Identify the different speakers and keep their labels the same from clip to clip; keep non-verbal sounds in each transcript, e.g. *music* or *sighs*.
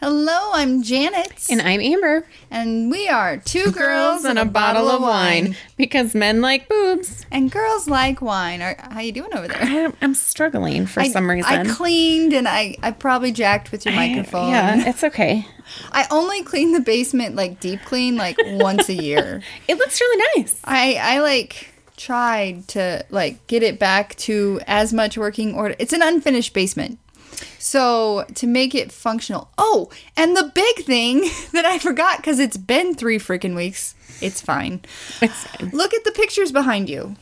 Speaker 1: Hello, I'm Janet.
Speaker 2: And I'm Amber.
Speaker 1: And we are two girls and a bottle of wine.
Speaker 2: Because men like boobs.
Speaker 1: And girls like wine. Are, how you doing over there?
Speaker 2: I'm, I'm struggling for
Speaker 1: I-
Speaker 2: some reason.
Speaker 1: I cleaned and I, I probably jacked with your microphone.
Speaker 2: *laughs* Yeah, it's okay.
Speaker 1: I only clean the basement like deep clean like once a
Speaker 2: *laughs*
Speaker 1: year.
Speaker 2: It looks really nice.
Speaker 1: I I like tried to like get it back to as much working order. It's an unfinished basement. So to make it functional. Oh, and the big thing *laughs* that I forgot cuz it's been 3 freaking weeks. It's fine.
Speaker 2: It's
Speaker 1: Look at the pictures behind you.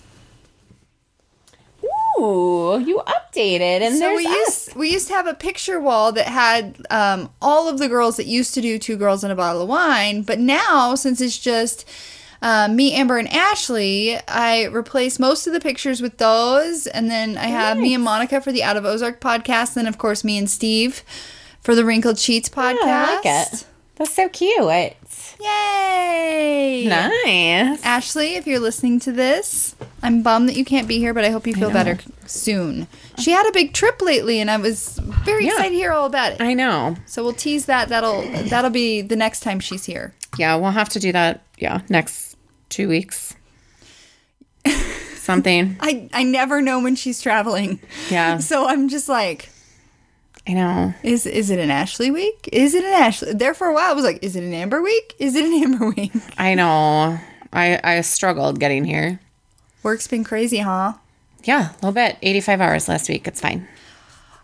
Speaker 2: Ooh, you updated, and
Speaker 1: So we used we used to have a picture wall that had um, all of the girls that used to do two girls and a bottle of wine, but now since it's just uh, me, Amber, and Ashley, I replace most of the pictures with those, and then I have me and Monica for the Out of Ozark podcast, and then of course me and Steve for the Wrinkled Sheets podcast.
Speaker 2: I like it. That's so cute. It's
Speaker 1: Yay!
Speaker 2: nice.
Speaker 1: Ashley, if you're listening to this, I'm bummed that you can't be here, but I hope you feel better soon. She had a big trip lately, and I was very
Speaker 2: Yeah.
Speaker 1: excited to hear all about it.
Speaker 2: I know.
Speaker 1: So we'll tease that. That'll that'll be the next time she's here.
Speaker 2: Yeah, we'll have to do that. Yeah, next two weeks. Something. *laughs*
Speaker 1: I I never know when she's traveling, *laughs*
Speaker 2: Yeah,
Speaker 1: so I'm just like,
Speaker 2: I know.
Speaker 1: is is it an Ashley week? Is it an Ashley? There for a while, I was like, is it an Amber week? Is it an Amber *laughs* week?
Speaker 2: I know. I I struggled getting here.
Speaker 1: Work's been crazy, huh?
Speaker 2: Yeah, a little bit. Eighty five hours last week. It's fine.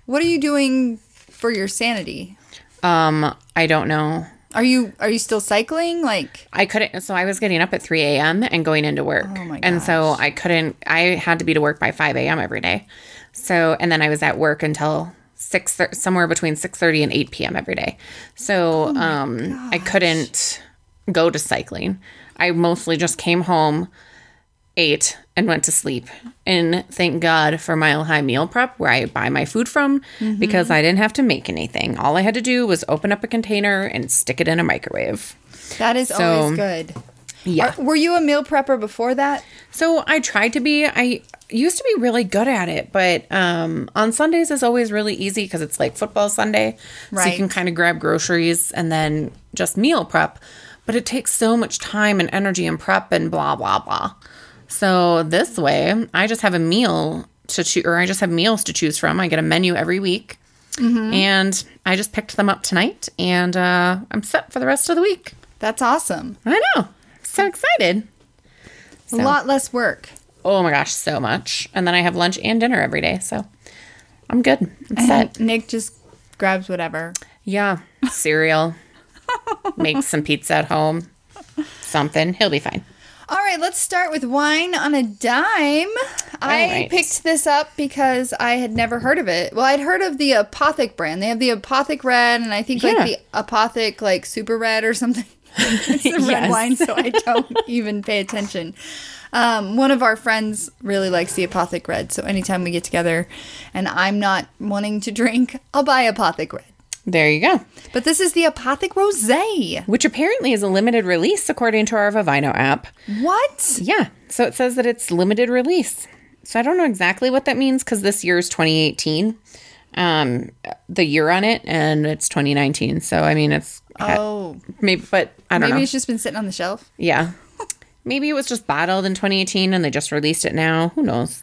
Speaker 1: What are you doing for your sanity?
Speaker 2: Um, I don't know.
Speaker 1: Are you are you still cycling? Like
Speaker 2: I couldn't. So I was getting up at three a.m. and going into work,
Speaker 1: my
Speaker 2: and so I couldn't. I had to be to work by five a.m. every day. So and then I was at work until six, thir- somewhere between six thirty and eight p.m. every day. So um, I couldn't go to cycling. I mostly just came home, ate, and went to sleep. And thank God for Mile High Meal Prep, where I buy my food from, because I didn't have to make anything. All I had to do was open up a container and stick it in a microwave.
Speaker 1: that is always good.
Speaker 2: Yeah.
Speaker 1: Are- were you a meal prepper before that?
Speaker 2: So I tried to be. I used to be really good at it, but um, on Sundays is always really easy because it's like football Sunday, so
Speaker 1: Right.
Speaker 2: you can kind of grab groceries and then just meal prep. But it takes so much time and energy and prep and blah blah blah. So this way, I just have a meal to choose, or I just have meals to choose from. I get a menu every week. And I just picked them up tonight, and uh, I'm set for the rest of the week.
Speaker 1: That's awesome.
Speaker 2: I know, so excited!
Speaker 1: A lot less work.
Speaker 2: Oh my gosh, so much. And then I have lunch and dinner every day. So I'm good. I'm set.
Speaker 1: And Nick just grabs whatever.
Speaker 2: Yeah. Cereal. Make some pizza at home. Something. He'll be fine.
Speaker 1: All right, let's start with wine on a dime. I
Speaker 2: All right.
Speaker 1: picked this up because I had never heard of it. Well, I'd heard of the Apothic brand. They have the Apothic Red, and I think
Speaker 2: Yeah.
Speaker 1: like the Apothic like Super Red or something. *laughs* it's the red
Speaker 2: Yes.
Speaker 1: wine, so
Speaker 2: *laughs*
Speaker 1: I don't even pay attention. Um, one of our friends really likes the Apothic Red, so anytime we get together, and I'm not wanting to drink, I'll buy Apothic Red.
Speaker 2: There you go.
Speaker 1: But this is the Apothic Rosé.
Speaker 2: Which apparently is a limited release according to our Vivino app.
Speaker 1: What?
Speaker 2: Yeah. So it says that it's limited release. So I don't know exactly what that means because this year is 2018, um, the year on it, and it's 2019. So I mean, it's
Speaker 1: Oh,
Speaker 2: maybe, but I don't
Speaker 1: maybe
Speaker 2: know.
Speaker 1: it's just been sitting on the shelf.
Speaker 2: Yeah. Maybe it was just bottled in 2018 and they just released it now. Who knows?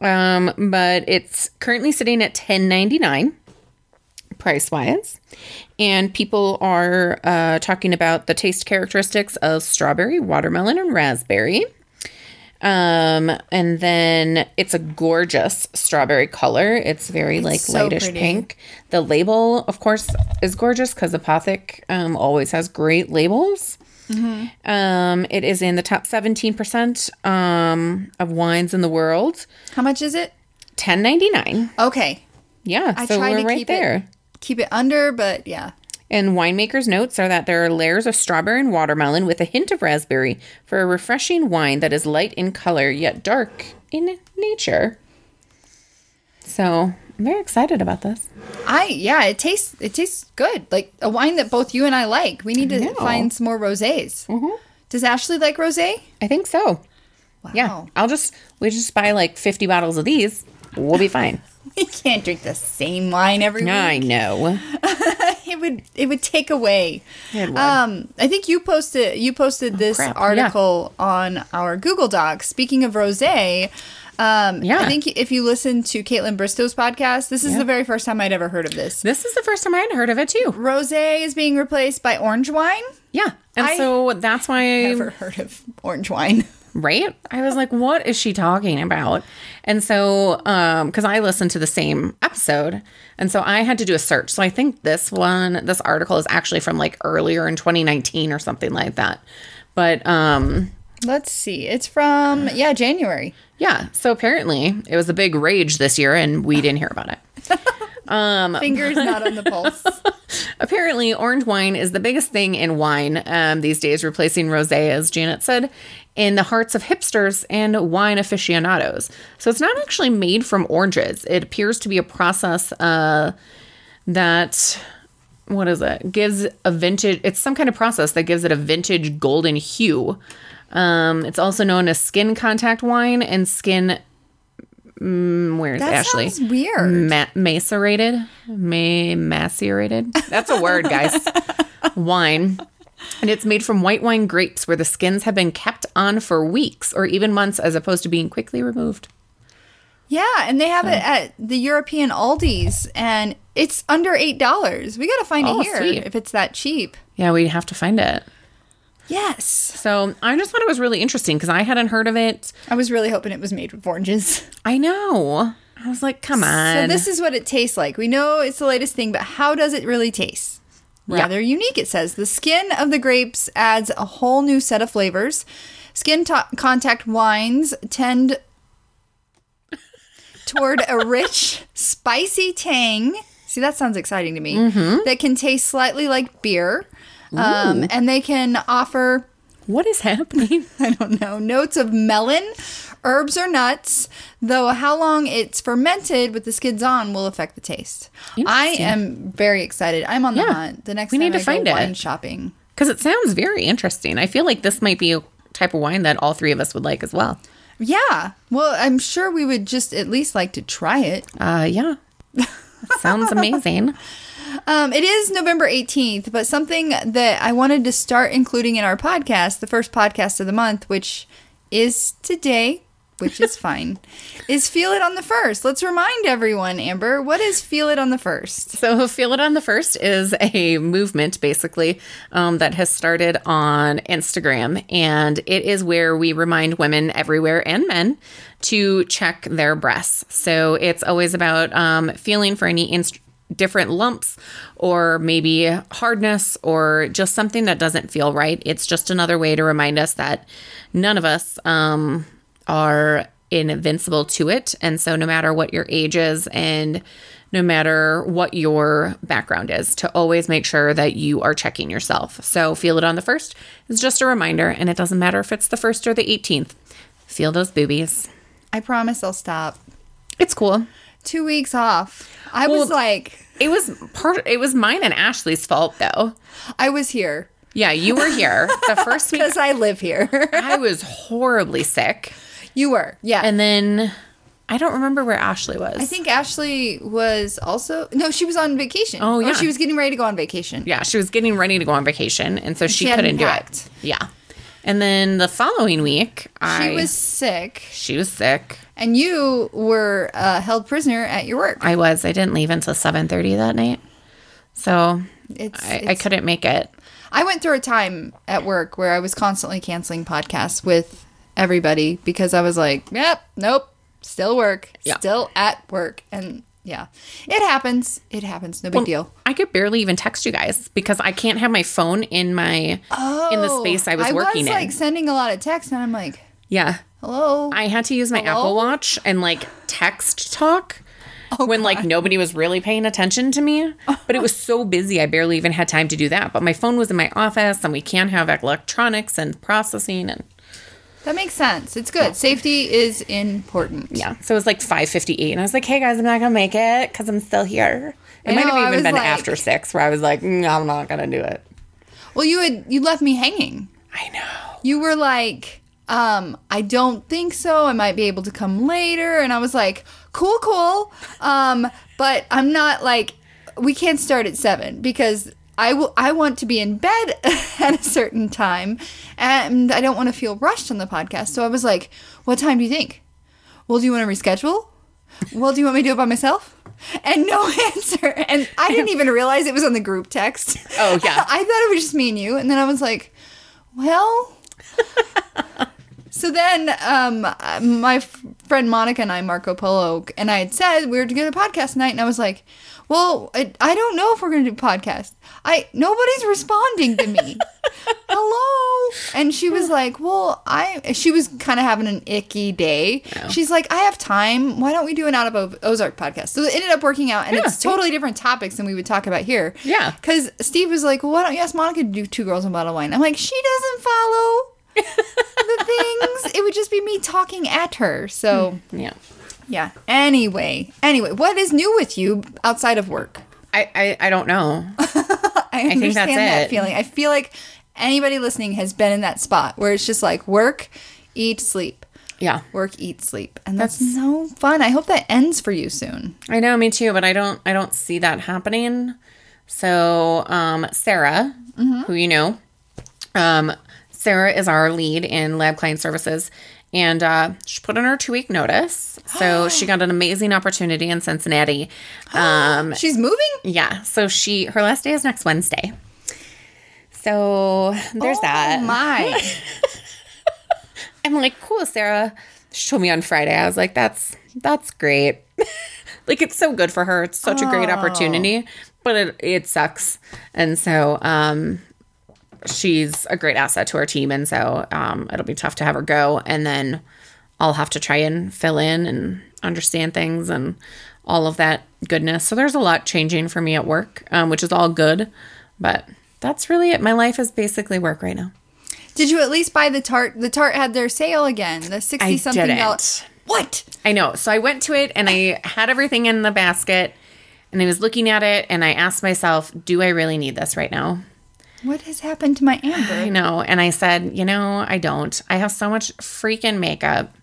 Speaker 2: Um, but it's currently sitting at 10.99 price wise. And people are uh, talking about the taste characteristics of strawberry, watermelon, and raspberry. Um, and then it's a gorgeous strawberry color. It's very like
Speaker 1: so
Speaker 2: lightish
Speaker 1: pretty.
Speaker 2: pink. The label, of course, is gorgeous because Apothic um, always has great labels.
Speaker 1: Mm-hmm.
Speaker 2: Um, it is in the top 17% um, of wines in the world.
Speaker 1: How much is it?
Speaker 2: 10.99.
Speaker 1: Okay.
Speaker 2: Yeah,
Speaker 1: I
Speaker 2: so
Speaker 1: tried
Speaker 2: we're
Speaker 1: to
Speaker 2: right
Speaker 1: keep
Speaker 2: there.
Speaker 1: it keep it under, but yeah.
Speaker 2: And winemaker's notes are that there are layers of strawberry and watermelon with a hint of raspberry for a refreshing wine that is light in color yet dark in nature. So I'm very excited about this.
Speaker 1: I yeah, it tastes it tastes good. Like a wine that both you and I like. We need to
Speaker 2: know. Mm-hmm.
Speaker 1: find some more rosés. Does Ashley like rosé?
Speaker 2: I think so.
Speaker 1: Wow. *laughs*
Speaker 2: Yeah. I'll just, we just buy like 50 bottles of these. We'll be *laughs* fine.
Speaker 1: We can't drink the same wine every
Speaker 2: I
Speaker 1: week.
Speaker 2: know.
Speaker 1: *laughs* It would it would take away. Um, I think you posted you posted this
Speaker 2: Oh, crap, yeah.
Speaker 1: article on our Google Doc. Speaking of rosé, um,
Speaker 2: Yeah.
Speaker 1: I think if you listen to Caitlin Bristow's podcast, this is the very first time I'd ever heard of this.
Speaker 2: This is the first time I had heard of it too.
Speaker 1: Rosé is being replaced by orange wine.
Speaker 2: Yeah. And
Speaker 1: I
Speaker 2: so that's why,
Speaker 1: Never heard of orange wine.
Speaker 2: right? I was like, what is she talking about? And so, um, because I listened to the same episode. And so I had to do a search. So I think this one, this article is actually from like earlier in 2019 or something like that. But, um,
Speaker 1: Let's see. It's from yeah January.
Speaker 2: yeah. So apparently it was a big rage this year and we didn't hear about it.
Speaker 1: Fingers not on the pulse.
Speaker 2: Apparently, orange wine is the biggest thing in wine um, these days, replacing rosé, as Janet said, in the hearts of hipsters and wine aficionados. So it's not actually made from oranges. It appears to be a process uh, that what is it gives a vintage. It's some kind of process that gives it a vintage golden hue. Um, it's also known as skin contact wine and skin. Mm,
Speaker 1: *laughs*
Speaker 2: where's
Speaker 1: That
Speaker 2: Ashley?
Speaker 1: sounds weird.
Speaker 2: Ma- macerated, ma- macerated. That's a
Speaker 1: *laughs*
Speaker 2: word, guys. wine. And it's made from white wine grapes where the skins have been kept on for weeks or even months as opposed to being quickly removed.
Speaker 1: Yeah, and they have it at the European Aldi's, and it's under eight dollars. We gotta find
Speaker 2: Oh,
Speaker 1: it here
Speaker 2: sweet.
Speaker 1: if it's that cheap.
Speaker 2: Yeah, we have to find it.
Speaker 1: Yes,
Speaker 2: So I just thought it was really interesting because I hadn't heard of it.
Speaker 1: I was really hoping it was made with oranges.
Speaker 2: I know. I was like, come on.
Speaker 1: So this is what it tastes like. We know it's the latest thing, but how does it really taste?
Speaker 2: Yeah.
Speaker 1: Rather unique, it says. The skin of the grapes adds a whole new set of flavors. Skin to- contact wines tend toward a rich, spicy tang. See, that sounds exciting to me.
Speaker 2: Mm-hmm.
Speaker 1: That can taste slightly like beer. Um, and they can offer
Speaker 2: what
Speaker 1: *laughs*
Speaker 2: is happening?
Speaker 1: I don't know, notes of melon, herbs, or nuts, though how long it's fermented with the skids on will affect the taste. I am very excited. I'm on the
Speaker 2: Yeah.
Speaker 1: hunt. The next
Speaker 2: We
Speaker 1: time
Speaker 2: need to
Speaker 1: I
Speaker 2: find
Speaker 1: go
Speaker 2: it.
Speaker 1: wine shopping.
Speaker 2: Because it sounds very interesting. I feel like this might be a type of wine that all three of us would like as well.
Speaker 1: Yeah. Well, I'm sure we would just at least like to try it.
Speaker 2: Uh, yeah. sounds amazing.
Speaker 1: Um, it is November 18th, but something that I wanted to start including in our podcast, the first podcast of the month, which is today, which
Speaker 2: *laughs*
Speaker 1: is fine, is Feel It on the First. Let's remind everyone, Amber, what is Feel It on the First?
Speaker 2: So, *laughs* Feel It on the First is a movement basically um, that has started on Instagram. And it is where we remind women everywhere and men to check their breasts. So, it's always about um, feeling for any inst- different lumps or maybe hardness or just something that doesn't feel right. It's just another way to remind us that none of us um, are invincible to it. And so, no matter what your age is and no matter what your background is, to always make sure that you are checking yourself. So, feel it on the first is just a reminder, and it doesn't matter if it's the first or the 18th. Feel those boobies.
Speaker 1: I promise I'll stop.
Speaker 2: It's cool.
Speaker 1: Two weeks off. I was
Speaker 2: Well-
Speaker 1: like,
Speaker 2: It was part. It was mine and Ashley's fault, though.
Speaker 1: I was here
Speaker 2: Yeah, you were here the first week.
Speaker 1: because I live here. *laughs*
Speaker 2: I was horribly sick,
Speaker 1: you were, yeah.
Speaker 2: and then I don't remember where Ashley was.
Speaker 1: I think Ashley was also no, she was on vacation.
Speaker 2: Oh,
Speaker 1: Or
Speaker 2: yeah.
Speaker 1: she was getting ready to go on vacation.
Speaker 2: yeah, she was getting ready to go on vacation, and so
Speaker 1: she
Speaker 2: she,
Speaker 1: hadn't
Speaker 2: couldn't do
Speaker 1: packed.
Speaker 2: it. Yeah, and then the following week, I
Speaker 1: She was sick,
Speaker 2: she was sick.
Speaker 1: and you were uh, held prisoner at your work.
Speaker 2: I was. I didn't leave until seven thirty that night, so
Speaker 1: It's,
Speaker 2: I, I
Speaker 1: it's-
Speaker 2: couldn't make it.
Speaker 1: I went through a time at work where I was constantly canceling podcasts with everybody because I was like, yep, nope, still work,
Speaker 2: Yeah.
Speaker 1: still at work, and yeah, it happens. It happens. No big deal.
Speaker 2: I could barely even text you guys because I can't have my phone in my in the space I was working
Speaker 1: Oh, I was like
Speaker 2: in.
Speaker 1: sending a lot of texts, and I'm like,
Speaker 2: Yeah,
Speaker 1: hello.
Speaker 2: I had to use my
Speaker 1: Hello?
Speaker 2: Apple Watch and like text talk.
Speaker 1: Oh,
Speaker 2: when like nobody was really paying attention to me. But it was so busy, I barely even had time to do that. But my phone was in my office, and we can have electronics and processing, and
Speaker 1: That makes sense. It's good. Safety is important.
Speaker 2: yeah. So it was like five fifty eight, and I was like, "Hey guys, I'm not gonna make it because I'm still here." It
Speaker 1: I
Speaker 2: might
Speaker 1: know, I
Speaker 2: have
Speaker 1: was
Speaker 2: even been
Speaker 1: like-
Speaker 2: after six, where I was like, "Mm, "I'm not gonna do it."
Speaker 1: Well, you had you left me hanging.
Speaker 2: I know.
Speaker 1: You were like, um, I don't think so. I might be able to come later. And I was like, cool, cool. Um, but I'm not like we can't start at seven because I will I want to be in bed *laughs* at a certain time and I don't want to feel rushed on the podcast. So I was like, what time do you think? Well, do you want to reschedule? Well, do you want me to do it by myself? And no *laughs* answer. And I didn't even realize it was on the group text.
Speaker 2: Oh, yeah.
Speaker 1: *laughs* I thought it was just me and you. And then I was like, well. so then um, uh, my f- friend Monica and I, Marco Polo, and I had said we were together podcast night. And I was like, well, I, I don't know if we're going to do podcast. I Nobody's responding to
Speaker 2: *laughs*
Speaker 1: me. Hello. And she was like, well, I, she was kind of having an icky day. She's like, I have time. Why don't we do an Out of O- Ozark podcast? So it ended up working out. And
Speaker 2: Yeah,
Speaker 1: it's
Speaker 2: see?
Speaker 1: totally different topics than we would talk about here.
Speaker 2: Yeah.
Speaker 1: Because Steve was like, well, why don't you ask Monica to do Two Girls and a Bottle of Wine? I'm like, she doesn't follow the things. It would just be me talking at her. So,
Speaker 2: Yeah.
Speaker 1: yeah. Anyway, anyway, what is new with you outside of work?
Speaker 2: I, I, I don't know.
Speaker 1: I understand
Speaker 2: think that's
Speaker 1: that
Speaker 2: it.
Speaker 1: feeling. I feel like anybody listening has been in that spot where it's just like work, eat, sleep.
Speaker 2: Yeah.
Speaker 1: Work, eat, sleep. And that's, no fun. I hope that ends for you soon.
Speaker 2: I know, me too, but I don't I don't see that happening. So um Sarah, who you know, um Sarah is our lead in Lab Client Services and uh, she put in her two week notice. So she got an amazing opportunity in Cincinnati. Um
Speaker 1: She's moving?
Speaker 2: yeah. So she her last day is next Wednesday. So there's that.
Speaker 1: Oh my.
Speaker 2: *laughs* I'm like, cool, Sarah. She told me on Friday. I was like, that's that's great. *laughs* like it's so good for her. It's such a great
Speaker 1: Oh.
Speaker 2: opportunity, but it it sucks. And so um she's a great asset to our team and so um it'll be tough to have her go and then I'll have to try and fill in and understand things and all of that goodness. So there's a lot changing for me at work, um, which is all good, but that's really it. My life is basically work right now.
Speaker 1: Did you at least buy the tart? The tart had their sale again. The sixty something
Speaker 2: didn't.
Speaker 1: dollars. What?
Speaker 2: I know. So I went to it and I had everything in the basket and I was looking at it and I asked myself, do I really need this right now?
Speaker 1: What has happened to my Amber?
Speaker 2: I know. And I said, you know, I don't. I have so much freaking makeup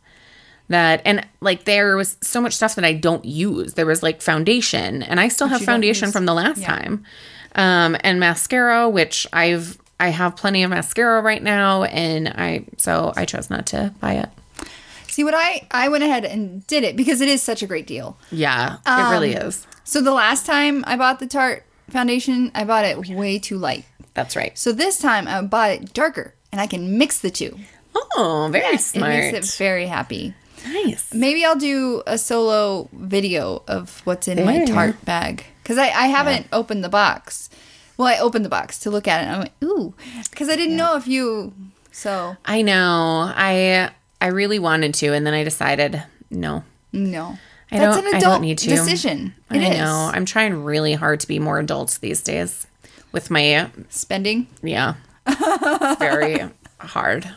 Speaker 2: that, and like there was so much stuff that I don't use. There was like foundation and I still have
Speaker 1: you don't
Speaker 2: foundation
Speaker 1: use.
Speaker 2: from the last time. Um, and mascara, which I've, I have plenty of mascara right now. And I, so I chose not to buy it.
Speaker 1: See what I I went ahead and did it because it is such a great deal.
Speaker 2: Yeah, it really is.
Speaker 1: So the last time I bought the Tarte foundation, I bought it way too light.
Speaker 2: That's right.
Speaker 1: So this time I bought it darker and I can mix the two.
Speaker 2: Oh, very smart.
Speaker 1: It makes it very happy.
Speaker 2: Nice.
Speaker 1: Maybe I'll do a solo video of what's in my
Speaker 2: There.
Speaker 1: tart bag because I, I haven't opened the box. Well, I opened the box to look at it. And I'm like, ooh, because I didn't know if you. So
Speaker 2: I know. I I really wanted to, and then I decided no.
Speaker 1: no,
Speaker 2: I
Speaker 1: that's
Speaker 2: don't.
Speaker 1: an
Speaker 2: I
Speaker 1: adult
Speaker 2: don't need to.
Speaker 1: decision. It
Speaker 2: I
Speaker 1: is
Speaker 2: know. I'm trying really hard to be more adult these days. With my
Speaker 1: spending.
Speaker 2: yeah, it's *laughs* very hard.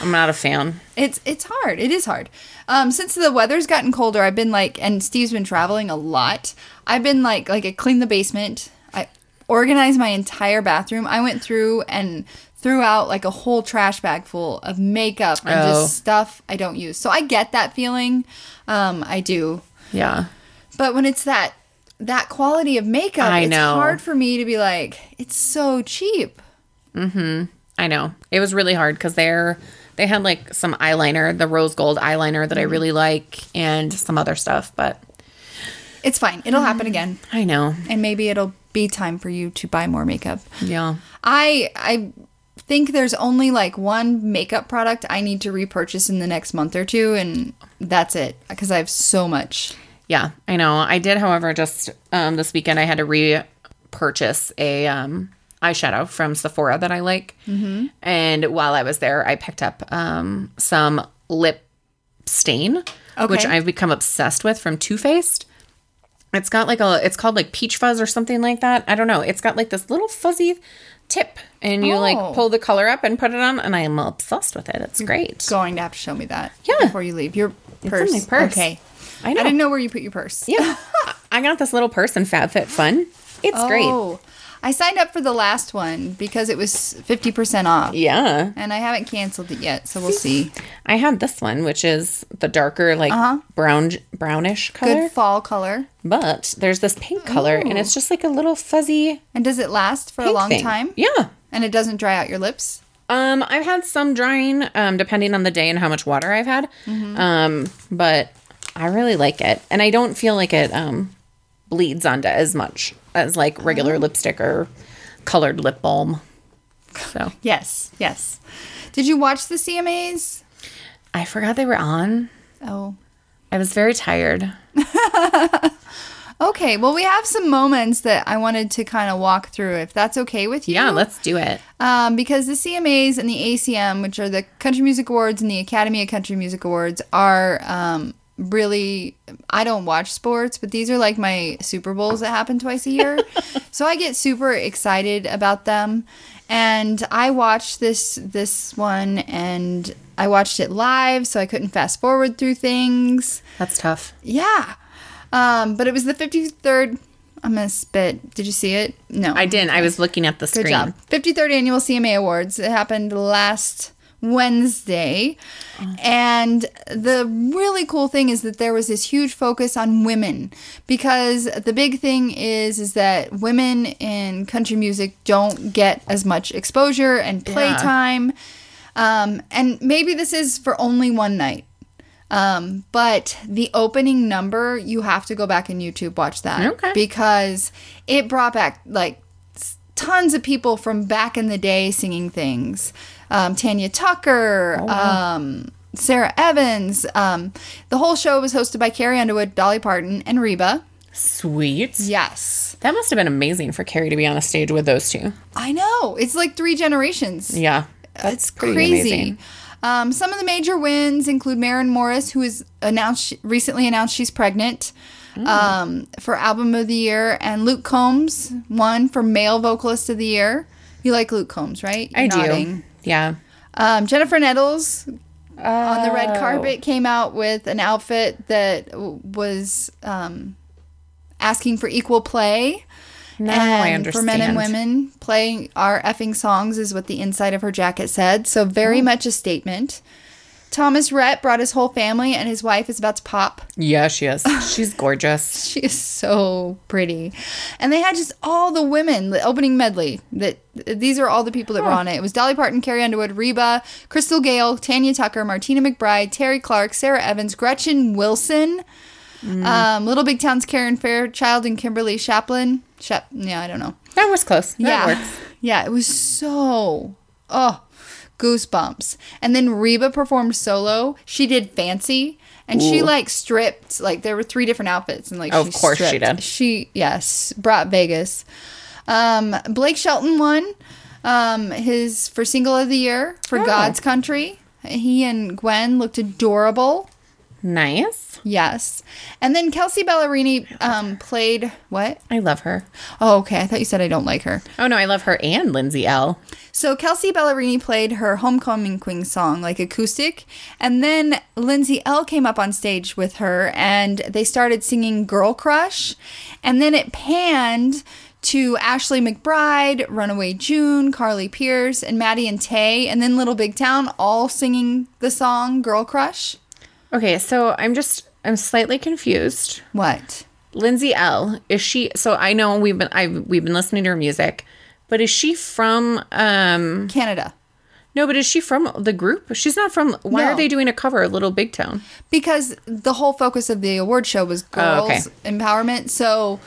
Speaker 2: I'm not a fan.
Speaker 1: It's it's hard. It is hard. Um, since the weather's gotten colder, I've been like, and Steve's been traveling a lot. I've been like, like I cleaned the basement. I organized my entire bathroom. I went through and threw out like a whole trash bag full of makeup and
Speaker 2: Oh.
Speaker 1: just stuff I don't use. So I get that feeling. Um, I do.
Speaker 2: Yeah.
Speaker 1: But when it's that that quality of makeup,
Speaker 2: I
Speaker 1: it's
Speaker 2: know.
Speaker 1: hard for me to be like, it's so cheap.
Speaker 2: I know. It was really hard because they're they had like some eyeliner, the rose gold eyeliner that I really like, and some other stuff. But
Speaker 1: It's fine. It'll
Speaker 2: Mm.
Speaker 1: happen again,
Speaker 2: I know.
Speaker 1: and maybe it'll be time for you to buy more makeup.
Speaker 2: Yeah.
Speaker 1: I I think there's only like one makeup product I need to repurchase in the next month or two, and that's it because I have so much.
Speaker 2: Yeah, I know. I did, however, just um, this weekend I had to repurchase a um, eyeshadow from Sephora that I like. Mm-hmm. And while I was there, I picked up um, some lip stain,
Speaker 1: Okay.
Speaker 2: which I've become obsessed with from Too Faced. It's got like a it's called like peach fuzz or something like that. I don't know. It's got like this little fuzzy tip and you
Speaker 1: Oh.
Speaker 2: like pull the color up and put it on and I'm obsessed with it. It's great.
Speaker 1: Going to have to show me that.
Speaker 2: Yeah.
Speaker 1: Before you leave, your
Speaker 2: in
Speaker 1: purse.
Speaker 2: my purse.
Speaker 1: Okay.
Speaker 2: I know.
Speaker 1: I didn't know where you put your purse.
Speaker 2: Yeah. *laughs* I got this little purse in FabFitFun. It's
Speaker 1: Oh.
Speaker 2: great.
Speaker 1: I signed up for the last one because it was fifty percent off,
Speaker 2: Yeah.
Speaker 1: and I haven't canceled it yet, so we'll see.
Speaker 2: I have this one which is the darker like brown brownish color.
Speaker 1: Uh-huh. Good fall color.
Speaker 2: But there's this pink color and it's just like a little fuzzy
Speaker 1: And does it last for a
Speaker 2: pink
Speaker 1: long
Speaker 2: thing.
Speaker 1: time?
Speaker 2: Yeah.
Speaker 1: And it doesn't dry out your lips.
Speaker 2: Um, I've had some drying, um, depending on the day and how much water I've had.
Speaker 1: Mm-hmm.
Speaker 2: Um, but I really like it, and I don't feel like it um bleeds onto as much as like
Speaker 1: Oh.
Speaker 2: regular lipstick or colored lip balm. So
Speaker 1: Yes. Yes. Did you watch the CMAs?
Speaker 2: I forgot they were on.
Speaker 1: Oh.
Speaker 2: I was very tired.
Speaker 1: Okay. Well, we have some moments that I wanted to kind of walk through, if that's okay with you.
Speaker 2: Yeah, let's do it.
Speaker 1: Um, because the CMAs and the ACM, which are the Country Music Awards and the Academy of Country Music Awards, are um, really. I don't watch sports, but these are like my Super Bowls that happen twice a
Speaker 2: *laughs*
Speaker 1: year. so I get super excited about them. And I watched this this one, and I watched it live, so I couldn't fast forward through things.
Speaker 2: That's tough.
Speaker 1: Yeah, um, but it was the fifty third. I'm gonna spit. Did you see it? No,
Speaker 2: I didn't. I was looking at the
Speaker 1: Good
Speaker 2: screen.
Speaker 1: job. 53rd annual CMA Awards. It happened last Wednesday. And the really cool thing is that there was this huge focus on women because the big thing is is that women in country music don't get as much exposure and playtime. Um, and maybe this is for only one night. Um, but the opening number, you have to go back and YouTube watch that
Speaker 2: Okay.
Speaker 1: because it brought back like s- tons of people from back in the day singing things. Um, Tanya Tucker, um, Sarah Evans. Um, the whole show was hosted by Carrie Underwood, Dolly Parton, and Reba.
Speaker 2: Sweet.
Speaker 1: Yes,
Speaker 2: That must have been amazing for Carrie to be on a stage with those two.
Speaker 1: I know. It's like three generations.
Speaker 2: Yeah. That's pretty amazing.
Speaker 1: Um, some of the major wins include Maren Morris, who is announced recently announced she's pregnant
Speaker 2: Mm.
Speaker 1: um, for album of the year, and Luke Combs won for male vocalist of the year. You like Luke Combs, right? You're
Speaker 2: I
Speaker 1: nodding.
Speaker 2: do. Yeah.
Speaker 1: Um, Jennifer Nettles on the
Speaker 2: Oh.
Speaker 1: red carpet came out with an outfit that w- was um, asking for equal play.
Speaker 2: Now
Speaker 1: and
Speaker 2: I
Speaker 1: for
Speaker 2: understand.
Speaker 1: men and women, playing our effing songs is what the inside of her jacket said. So very
Speaker 2: Oh.
Speaker 1: much a statement. Thomas Rhett brought his whole family, and his wife is about to pop. *laughs*
Speaker 2: Yeah, she is. She's gorgeous.
Speaker 1: She is so pretty. And they had just all the women, the opening medley. That these are all the people that were on it. It was Dolly Parton, Carrie Underwood, Reba, Crystal Gale, Tanya Tucker, Martina McBride, Terry Clark, Sarah Evans, Gretchen Wilson,
Speaker 2: Mm.
Speaker 1: um, Little Big Town's Karen Fairchild, and Kimberly Chaplin. Shap- yeah, I don't know.
Speaker 2: That was close. That
Speaker 1: yeah,
Speaker 2: works.
Speaker 1: yeah, it was so oh goosebumps. And then Reba performed solo. She did fancy, and she like stripped. Like there were three different outfits, and like
Speaker 2: Of course she
Speaker 1: stripped.
Speaker 2: did.
Speaker 1: She yes brought Vegas. Um, Blake Shelton won um, his for single of the year for
Speaker 2: Oh.
Speaker 1: God's Country. He and Gwen looked adorable.
Speaker 2: Nice.
Speaker 1: Yes. And then Kelsey Ballerini um, played what?
Speaker 2: I love her.
Speaker 1: Oh, okay. I thought you said I don't like her.
Speaker 2: Oh no, I love her and Lindsay L.
Speaker 1: So Kelsey Ballerini played her Homecoming Queen song, like acoustic, and then Lindsay L came up on stage with her and they started singing Girl Crush, and then it panned to Ashley McBride, Runaway June, Carly Pierce, and Maddie and Tay, and then Little Big Town all singing the song Girl Crush.
Speaker 2: Okay, so I'm just I'm slightly confused.
Speaker 1: What?
Speaker 2: Lindsay L. Is she? So I know we've been I've we've been listening to her music, but is she from? um
Speaker 1: Canada.
Speaker 2: No, but is she from the group? She's not from. Why
Speaker 1: No.
Speaker 2: are they doing a cover of Little Big Town?
Speaker 1: because the whole focus of the award show was
Speaker 2: Oh,
Speaker 1: girls
Speaker 2: okay.
Speaker 1: empowerment. So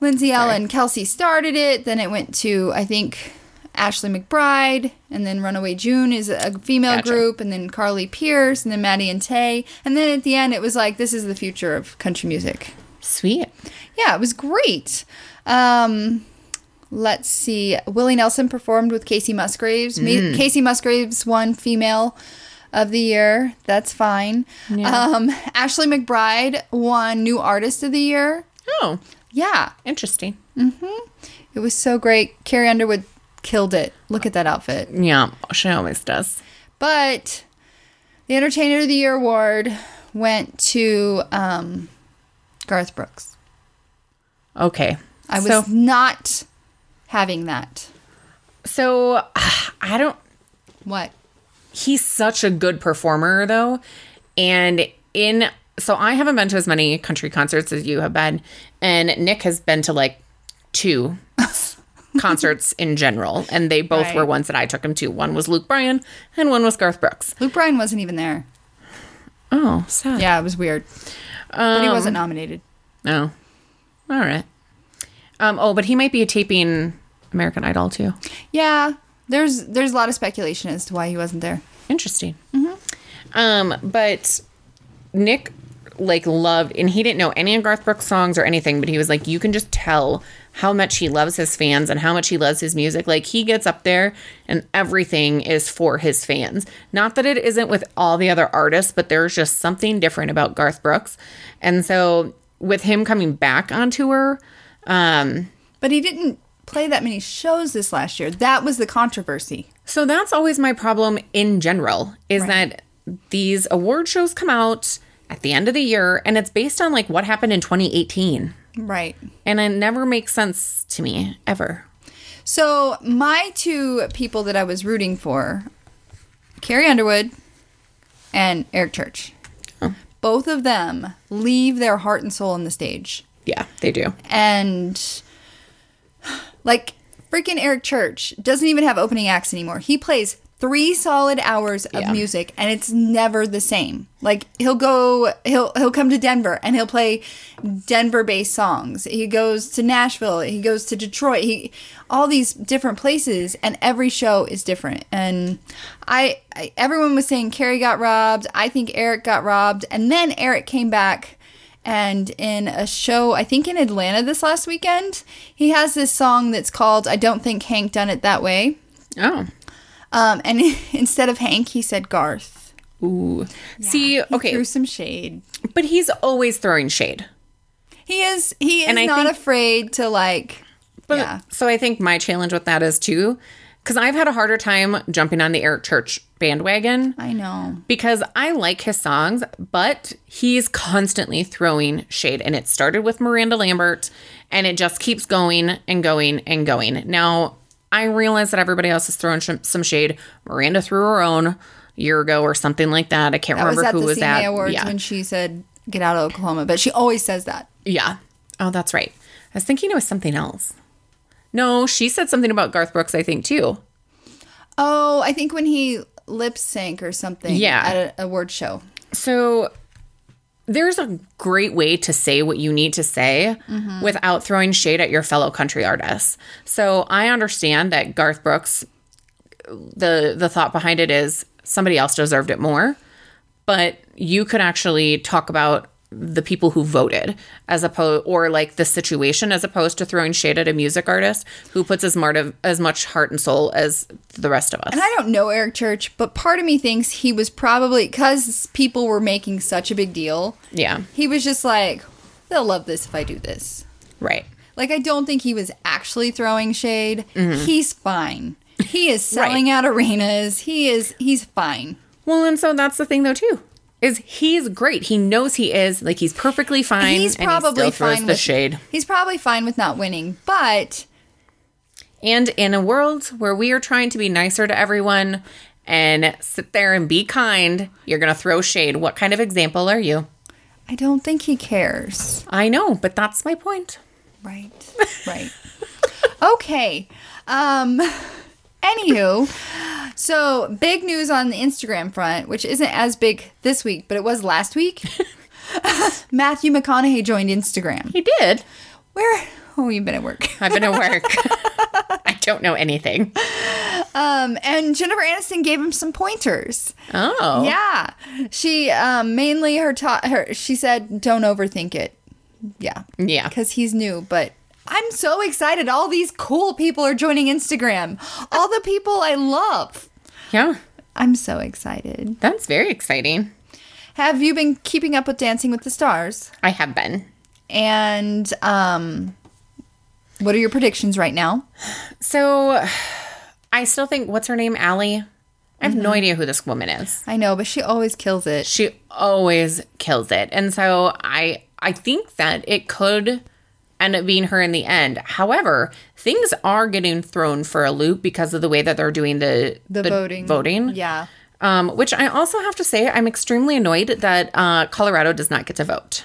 Speaker 1: Lindsay Ellen Kelsey started it. Then it went to I think Ashley McBride, and then Runaway June is a female
Speaker 2: Gotcha.
Speaker 1: group, and then Carly Pierce, and then Maddie and Tay, and then at the end it was like this is the future of country music.
Speaker 2: Sweet.
Speaker 1: Yeah, it was great. Um, let's see. Willie Nelson performed with Casey Musgraves. Me- Casey Musgraves won female of the year. That's fine. Um, Ashley McBride won new artist of the year.
Speaker 2: Oh,
Speaker 1: Yeah,
Speaker 2: interesting.
Speaker 1: it was so great. Carrie Underwood killed it. Look at that outfit.
Speaker 2: Yeah, she always does.
Speaker 1: But the Entertainer of the Year award went to um, Garth Brooks.
Speaker 2: Okay.
Speaker 1: I was
Speaker 2: so,
Speaker 1: not having that.
Speaker 2: so *sighs* I don't
Speaker 1: What?
Speaker 2: he's such a good performer though and in so i haven't been to as many country concerts as you have been and nick has been to like two *laughs* concerts in general and they both
Speaker 1: Right.
Speaker 2: were ones that i took him to one was luke bryan and one was garth brooks
Speaker 1: Luke Bryan wasn't even there.
Speaker 2: oh sad
Speaker 1: Yeah, it was weird. but he
Speaker 2: Um.
Speaker 1: wasn't nominated.
Speaker 2: oh all right um oh but he might be taping american idol too
Speaker 1: Yeah, there's there's a lot of speculation as to why he wasn't there.
Speaker 2: Interesting. Um, but Nick like loved, and he didn't know any of Garth Brooks songs or anything, but he was like, you can just tell how much he loves his fans and how much he loves his music. Like he gets up there, and everything is for his fans. Not that it isn't with all the other artists, but there's just something different about Garth Brooks, and so with him coming back on tour, um,
Speaker 1: But he didn't play that many shows this last year. That was the controversy.
Speaker 2: So that's always my problem in general is
Speaker 1: Right.
Speaker 2: that these award shows come out at the end of the year and it's based on like what happened in 2018.
Speaker 1: Right.
Speaker 2: And it never makes sense to me ever.
Speaker 1: So my two people that I was rooting for, Carrie Underwood and Eric Church. Both of them leave their heart and soul on the stage.
Speaker 2: Yeah, they do.
Speaker 1: And like freaking Eric Church doesn't even have opening acts anymore. He plays 3 solid hours of
Speaker 2: Yeah.
Speaker 1: music and it's never the same. Like he'll go he'll he'll come to Denver and he'll play Denver-based songs. He goes to Nashville, he goes to Detroit, he all these different places and every show is different. And I, I everyone was saying Carrie got robbed, I think Eric got robbed, and then Eric came back and in a show, I think in Atlanta this last weekend, he has this song that's called I Don't Think Hank Done It That Way.
Speaker 2: Oh.
Speaker 1: Um, and *laughs* instead of Hank, he said Garth.
Speaker 2: Ooh. See, okay,
Speaker 1: Through some shade.
Speaker 2: but he's always throwing shade.
Speaker 1: He is he is
Speaker 2: And I
Speaker 1: not
Speaker 2: think-
Speaker 1: afraid to like
Speaker 2: But
Speaker 1: yeah.
Speaker 2: so I think my challenge with that is too cuz I've had a harder time jumping on the Eric Church bandwagon
Speaker 1: I know.
Speaker 2: because I like his songs, but he's constantly throwing shade. And it started with Miranda Lambert and it just keeps going and going and going. Now, I realize that everybody else is throwing sh- some shade. Miranda threw her own a year ago or something like that. I can't
Speaker 1: That was
Speaker 2: remember
Speaker 1: at
Speaker 2: who
Speaker 1: the
Speaker 2: was
Speaker 1: CMA
Speaker 2: at.
Speaker 1: Awards
Speaker 2: yeah.
Speaker 1: when she said get out of Oklahoma, but she always says that.
Speaker 2: yeah. Oh, that's right. I was thinking it was something else. No, she said something about Garth Brooks, I think, too.
Speaker 1: Oh, I think when he lip sync or something
Speaker 2: Yeah.
Speaker 1: at an award show.
Speaker 2: So there's a great way to say what you need to say without throwing shade at your fellow country artists. So I understand that Garth Brooks the the thought behind it is somebody else deserved it more, but you could actually talk about the people who voted as opposed or like the situation as opposed to throwing shade at a music artist who puts as much of as much heart and soul as the rest of us.
Speaker 1: And I don't know Eric Church, but part of me thinks he was probably because people were making such a big deal.
Speaker 2: yeah.
Speaker 1: He was just like, they'll love this if I do this.
Speaker 2: Right.
Speaker 1: Like, I don't think he was actually throwing shade.
Speaker 2: Mm-hmm.
Speaker 1: He's fine. He is selling out arenas. He is, he's fine.
Speaker 2: Well, and so that's the thing though too. Is he's great. He knows he is. Like he's perfectly fine.
Speaker 1: he's
Speaker 2: and he still
Speaker 1: probably
Speaker 2: throws
Speaker 1: fine
Speaker 2: the
Speaker 1: with
Speaker 2: shade.
Speaker 1: He's probably fine with not winning, but
Speaker 2: And in a world where we are trying to be nicer to everyone and sit there and be kind, you're gonna throw shade. What kind of example are you?
Speaker 1: I don't think he cares.
Speaker 2: I know, but that's my point.
Speaker 1: Right. Right. okay. Um anywho, so big news on the Instagram front, which isn't as big this week, but it was last week. Matthew McConaughey joined Instagram.
Speaker 2: He did.
Speaker 1: Where Oh, you've been at work.
Speaker 2: I've been at work. *laughs* I don't know anything.
Speaker 1: Um, and Jennifer Aniston gave him some pointers.
Speaker 2: Oh.
Speaker 1: Yeah, she um, mainly her taught her. She said, "Don't overthink it." Yeah,
Speaker 2: Yeah.
Speaker 1: because he's new. But I'm so excited! All these cool people are joining Instagram. All the people I love.
Speaker 2: Yeah.
Speaker 1: I'm so excited.
Speaker 2: That's very exciting.
Speaker 1: Have you been keeping up with Dancing with the Stars?
Speaker 2: I have been.
Speaker 1: And um, what are your predictions right now?
Speaker 2: So I still think what's her name, Allie. I have
Speaker 1: Mm-hmm.
Speaker 2: no idea who this woman is.
Speaker 1: I know, but she always kills it.
Speaker 2: She always kills it, and so I I think that it could end up being her in the end. However, things are getting thrown for a loop because of the way that they're doing the
Speaker 1: The, voting.
Speaker 2: voting.
Speaker 1: Yeah.
Speaker 2: Um, which I also have to say, I'm extremely annoyed that uh, Colorado does not get to vote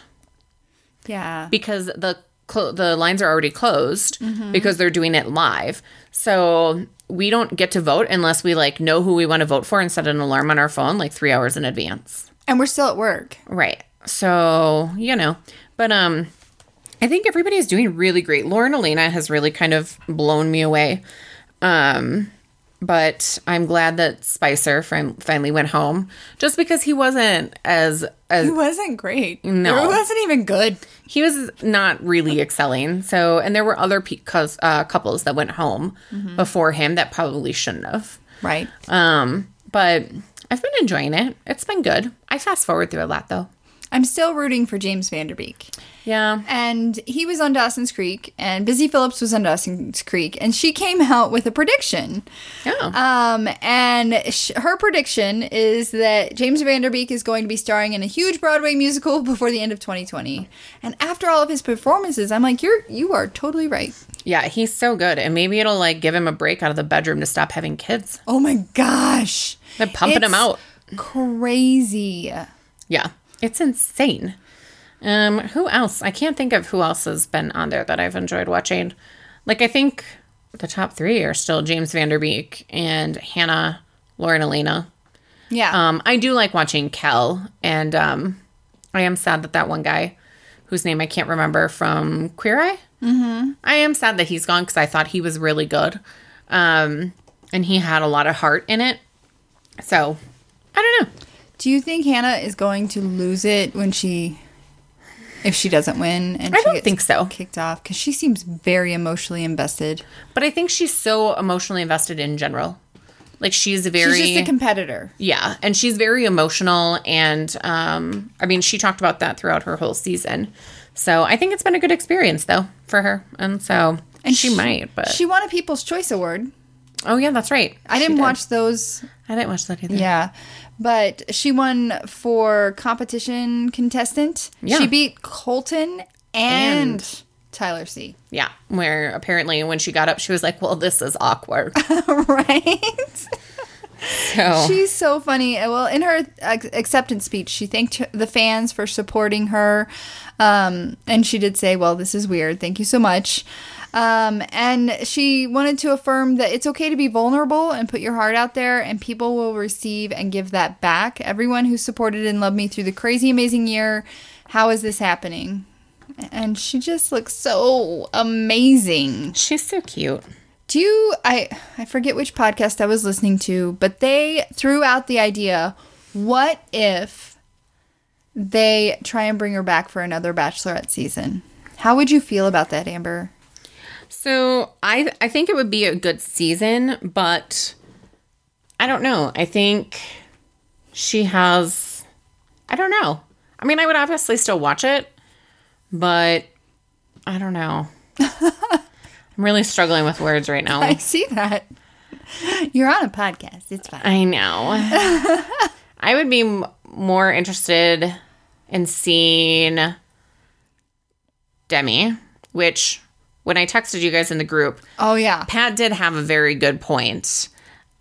Speaker 1: Yeah.
Speaker 2: because the clo- the lines are already closed
Speaker 1: Mm-hmm.
Speaker 2: because they're doing it live. So we don't get to vote unless we like know who we want to vote for and set an alarm on our phone like three hours in advance.
Speaker 1: and we're still at work.
Speaker 2: Right. So you know, but um, I think everybody is doing really great. Lauren Elena has really kind of blown me away. Um, but I'm glad that Spicer fin- finally went home, just because he wasn't as as
Speaker 1: It wasn't great.
Speaker 2: No.
Speaker 1: It wasn't even good.
Speaker 2: he was not really excelling. So, and there were other pe- cous- uh, couples that went home before him that probably shouldn't have.
Speaker 1: Right.
Speaker 2: Um, but I've been enjoying it. It's been good. I fast forward through a lot though.
Speaker 1: I'm still rooting for James Vanderbeek.
Speaker 2: Yeah.
Speaker 1: And he was on Dawson's Creek, and Busy Phillips was on Dawson's Creek, and she came out with a prediction.
Speaker 2: Oh.
Speaker 1: Um, and sh- her prediction is that James Vanderbeek is going to be starring in a huge Broadway musical *laughs* before the end of 2020. And after all of his performances, I'm like, you're you are totally right.
Speaker 2: yeah, he's so good. And maybe it'll like give him a break out of the bedroom to stop having kids.
Speaker 1: Oh my gosh,
Speaker 2: They're pumping
Speaker 1: It's
Speaker 2: him out.
Speaker 1: Crazy.
Speaker 2: Yeah. It's insane. Um, who else? I can't think of who else has been on there that I've enjoyed watching. Like I think the top three are still James Vanderbeek and Hannah, Lauren Elena.
Speaker 1: Yeah.
Speaker 2: Um, I do like watching Kel, and um, I am sad that that one guy, whose name I can't remember from Queer Eye, mm-hmm. I am sad that he's gone because I thought he was really good, um, and he had a lot of heart in it. So I don't know.
Speaker 1: Do you think Hannah is going to lose it when she, if she doesn't win? And
Speaker 2: I
Speaker 1: she
Speaker 2: don't think so.
Speaker 1: Kicked off because she seems very emotionally invested.
Speaker 2: But I think she's so emotionally invested in general. Like she's very
Speaker 1: She's just a competitor.
Speaker 2: yeah, and she's very emotional and um I mean she talked about that throughout her whole season. So I think it's been a good experience though for her. And so and she, might, but
Speaker 1: She won a People's Choice Award.
Speaker 2: Oh yeah, that's right.
Speaker 1: I
Speaker 2: She
Speaker 1: didn't
Speaker 2: did.
Speaker 1: watch those.
Speaker 2: I didn't watch that either.
Speaker 1: Yeah, but she won for competition contestant.
Speaker 2: Yeah.
Speaker 1: She beat Colton and, Tyler C. *laughs*
Speaker 2: Yeah, where apparently when she got up she was like, "Well, this is awkward." *laughs*
Speaker 1: right?
Speaker 2: So
Speaker 1: She's so funny. Uh, Well, in her ac- acceptance speech, she thanked the fans for supporting her. Um, and she did say, Well, this is weird. Thank you so much. Um, and she wanted to affirm that it's okay to be vulnerable and put your heart out there, and people will receive and give that back. Everyone who supported and loved me through the crazy, amazing year, how is this happening? And she just looks so amazing.
Speaker 2: she's so cute.
Speaker 1: Do you I I forget which podcast I was listening to, but they threw out the idea, what if they try and bring her back for another bachelorette season? How would you feel about that, Amber?
Speaker 2: So I I think it would be a good season, but I don't know. I think she has I don't know. I mean, I would obviously still watch it, but I don't know. I'm really struggling with words right
Speaker 1: *laughs*
Speaker 2: now.
Speaker 1: I see that. You're on a podcast. It's fine.
Speaker 2: I know. I would be m- more interested in seeing Demi, which when I texted you guys in the group,
Speaker 1: Oh yeah.
Speaker 2: Pat did have a very good point,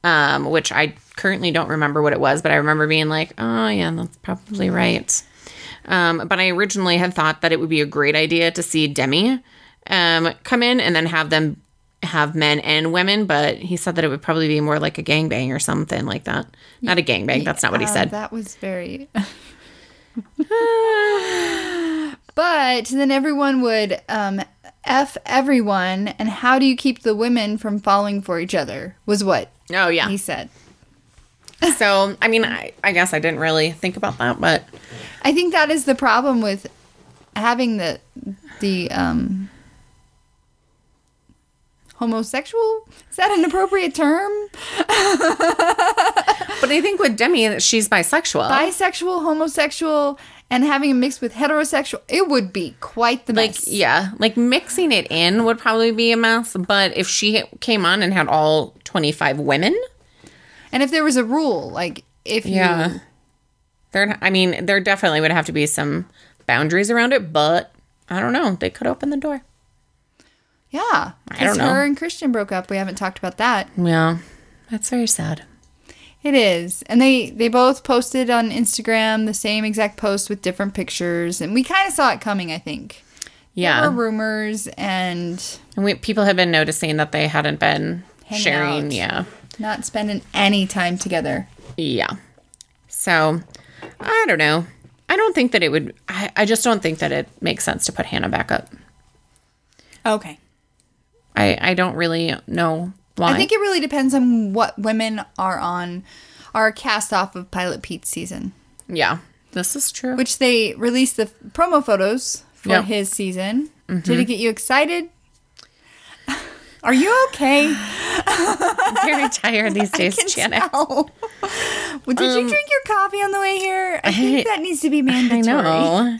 Speaker 2: um, which I currently don't remember what it was, but I remember being like, oh, yeah, that's probably right. Um, but I originally had thought that it would be a great idea to see Demi um, come in and then have them have men and women, but he said that it would probably be more like a gangbang or something like that. Not a gangbang, that's not what he
Speaker 1: Uh,
Speaker 2: said.
Speaker 1: That was very. *laughs* but then everyone would um, F everyone, and how do you keep the women from falling for each other? Was what
Speaker 2: Oh, yeah.
Speaker 1: he said.
Speaker 2: *laughs* So, I mean, I, I guess I didn't really think about that, but
Speaker 1: I think that is the problem with having the the um homosexual is that an appropriate term
Speaker 2: but I think with Demi, she's bisexual.
Speaker 1: bisexual homosexual and having it mixed with heterosexual, it would be quite the
Speaker 2: Like
Speaker 1: mess.
Speaker 2: yeah, like mixing it in would probably be a mess. But if she came on and had all twenty five women,
Speaker 1: And if there was a rule, like if
Speaker 2: yeah,
Speaker 1: you
Speaker 2: there. hmm, I mean, there definitely would have to be some boundaries around it. But I don't know. They could open the door.
Speaker 1: yeah,
Speaker 2: don't know.
Speaker 1: her and Christian broke up. We haven't talked about that.
Speaker 2: Yeah, that's very sad.
Speaker 1: It is. And they they both posted on Instagram the same exact post with different pictures and we kind of saw it coming, I think.
Speaker 2: Yeah,
Speaker 1: There were rumors and
Speaker 2: and we, people have been noticing that they hadn't been
Speaker 1: Hanging
Speaker 2: sharing.
Speaker 1: out.
Speaker 2: Yeah,
Speaker 1: not spending any time together.
Speaker 2: yeah. So I don't know. I don't think that it would. I, I just don't think that it makes sense to put Hannah back up.
Speaker 1: Okay.
Speaker 2: I I don't really know why.
Speaker 1: I think it really depends on what women are on are cast off of Pilot Pete season,
Speaker 2: yeah, this is true.
Speaker 1: which they released the f- promo photos for
Speaker 2: Yep.
Speaker 1: his season. Did it get you excited? *sighs* Are you *sighs* okay? *laughs*
Speaker 2: I'm very tired these days, Janet.
Speaker 1: Oh. well, did you drink your coffee on the way here? Um, I think that needs to be
Speaker 2: I
Speaker 1: mandatory.
Speaker 2: know.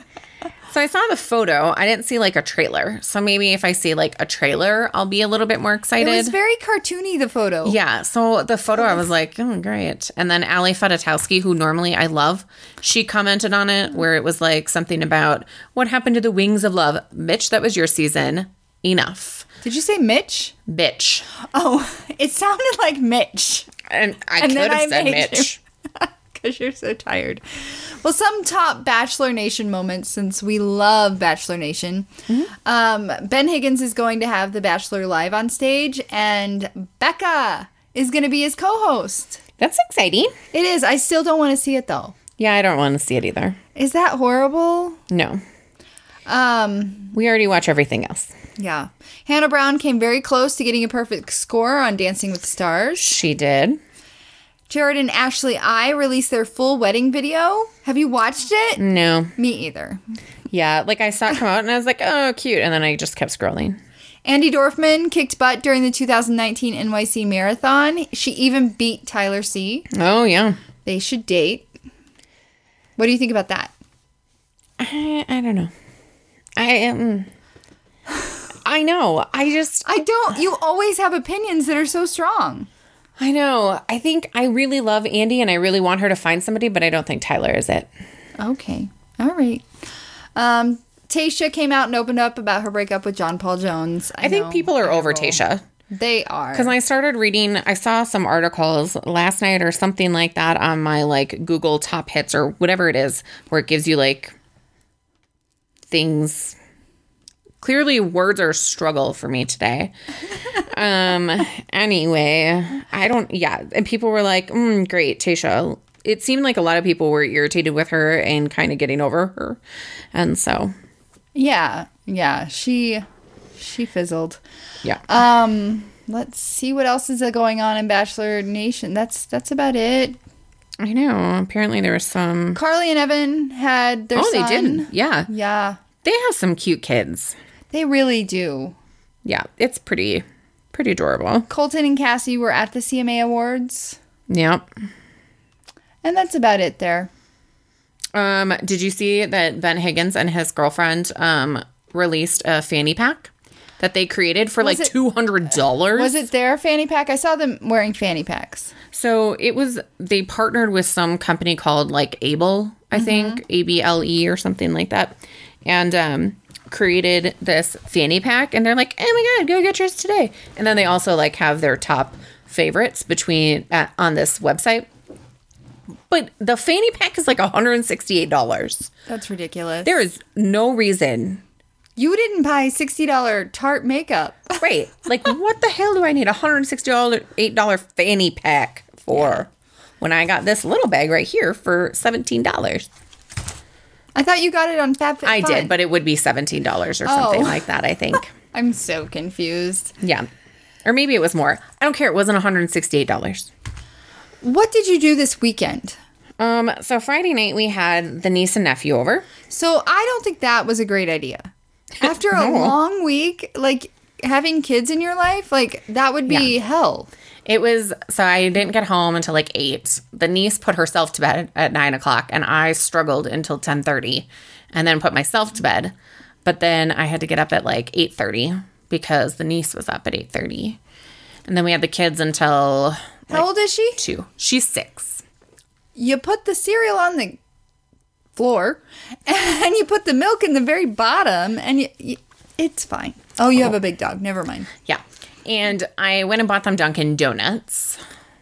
Speaker 2: So I saw the photo. I didn't see like a trailer. So maybe if I see like a trailer, I'll be a little bit more
Speaker 1: It
Speaker 2: excited.
Speaker 1: was very cartoony, the photo.
Speaker 2: Yeah, so the photo, I was like, oh, great. And then Ali Fedotowsky, who normally I love, she commented on it where it was like something about what happened to the wings of love. Bitch, that was your season. Enough.
Speaker 1: Did you say Mitch?
Speaker 2: Bitch.
Speaker 1: Oh, *laughs* it sounded like Mitch.
Speaker 2: And I
Speaker 1: And
Speaker 2: could
Speaker 1: then
Speaker 2: have
Speaker 1: I
Speaker 2: said
Speaker 1: made
Speaker 2: Mitch.
Speaker 1: *laughs* Because you're so tired. Well, some top Bachelor Nation moments since we love Bachelor Nation. Um, ben Higgins is going to have the Bachelor live on stage, and Becca is going to be his co host.
Speaker 2: That's exciting.
Speaker 1: It is. I still don't want to see it though.
Speaker 2: Yeah, I don't want to see it either.
Speaker 1: Is that horrible?
Speaker 2: No.
Speaker 1: Um,
Speaker 2: We already watch everything else.
Speaker 1: Yeah. Hannah Brown came very close to getting a perfect score on Dancing with the Stars.
Speaker 2: She did.
Speaker 1: Jared and Ashley I released their full wedding video. Have you watched it?
Speaker 2: No.
Speaker 1: Me either.
Speaker 2: Yeah, like I saw it come out and I was like, oh, cute. And then I just kept scrolling.
Speaker 1: Andy Dorfman kicked butt during the 2019 NYC Marathon. She even beat Tyler C.
Speaker 2: Oh, yeah.
Speaker 1: They should date. What do you think about that?
Speaker 2: I, I don't know. I am. I know. I just.
Speaker 1: I don't. You always have opinions that are so strong.
Speaker 2: I know. I think I really love Andy and I really want her to find somebody, but I don't think Tyler is it.
Speaker 1: Okay. All right. Um, Tasha came out and opened up about her breakup with John Paul Jones.
Speaker 2: I think
Speaker 1: know.
Speaker 2: people are over Tasha.
Speaker 1: They are.
Speaker 2: Because I started reading, I saw some articles last night or something like that on my like Google top hits or whatever it is, where it gives you like things. Clearly, words are struggle for me today. um. Anyway, I don't. Yeah, and people were like, mm, "Great, Tasha." It seemed like a lot of people were irritated with her and kind of getting over her, and so
Speaker 1: Yeah, yeah. She she fizzled.
Speaker 2: yeah.
Speaker 1: Um, let's see what else is uh, going on in Bachelor Nation. That's that's about it.
Speaker 2: I know. Apparently, there was some.
Speaker 1: Carly and Evan had their
Speaker 2: Oh, they
Speaker 1: son.
Speaker 2: didn't. Yeah,
Speaker 1: Yeah,
Speaker 2: they have some cute kids.
Speaker 1: they really do.
Speaker 2: yeah, it's pretty pretty adorable.
Speaker 1: Colton and Cassie were at the CMA Awards,
Speaker 2: Yep.
Speaker 1: and that's about it there.
Speaker 2: Um, did you see that Ben Higgins and his girlfriend um released a fanny pack that they created for like
Speaker 1: it-
Speaker 2: two hundred dollars?
Speaker 1: Was it their fanny pack? I saw them wearing fanny packs.
Speaker 2: So it was they partnered with some company called like Able, I think, A B L E or something like that. And um created this fanny pack and they're like, "Oh my god, go get yours today." And then they also like have their top favorites between uh, on this website. But the fanny pack is like $168.
Speaker 1: That's ridiculous.
Speaker 2: There is no reason.
Speaker 1: you didn't buy sixty dollar Tarte makeup.
Speaker 2: Right. Like what the hell do I need a $168 fanny pack for? When I got this little bag right here for seventeen dollars,
Speaker 1: I thought you got it on FabFitFun.
Speaker 2: I did, but it would be seventeen dollars or something
Speaker 1: Oh.
Speaker 2: like that. I think,
Speaker 1: I'm so confused.
Speaker 2: yeah, or maybe it was more. I don't care. It wasn't one hundred and sixty-eight dollars.
Speaker 1: What did you do this weekend?
Speaker 2: Um, so Friday night we had the niece and nephew over.
Speaker 1: So I don't think that was a great
Speaker 2: *laughs*
Speaker 1: idea. After a long week, like having kids in your life, like that would be hell.
Speaker 2: It was so I didn't get home until like eight. The niece put herself to bed at nine o'clock, and I struggled until ten thirty, and then put myself to bed. But then I had to get up at like eight thirty because the niece was up at eight thirty, and then we had the kids until like,
Speaker 1: How old is she?
Speaker 2: two. She's six.
Speaker 1: You put the cereal on the floor, *laughs* and you put the milk in the very bottom, and you, you, it's fine. Oh, you have a big dog. Never mind.
Speaker 2: Yeah, and I went and bought them Dunkin' Donuts.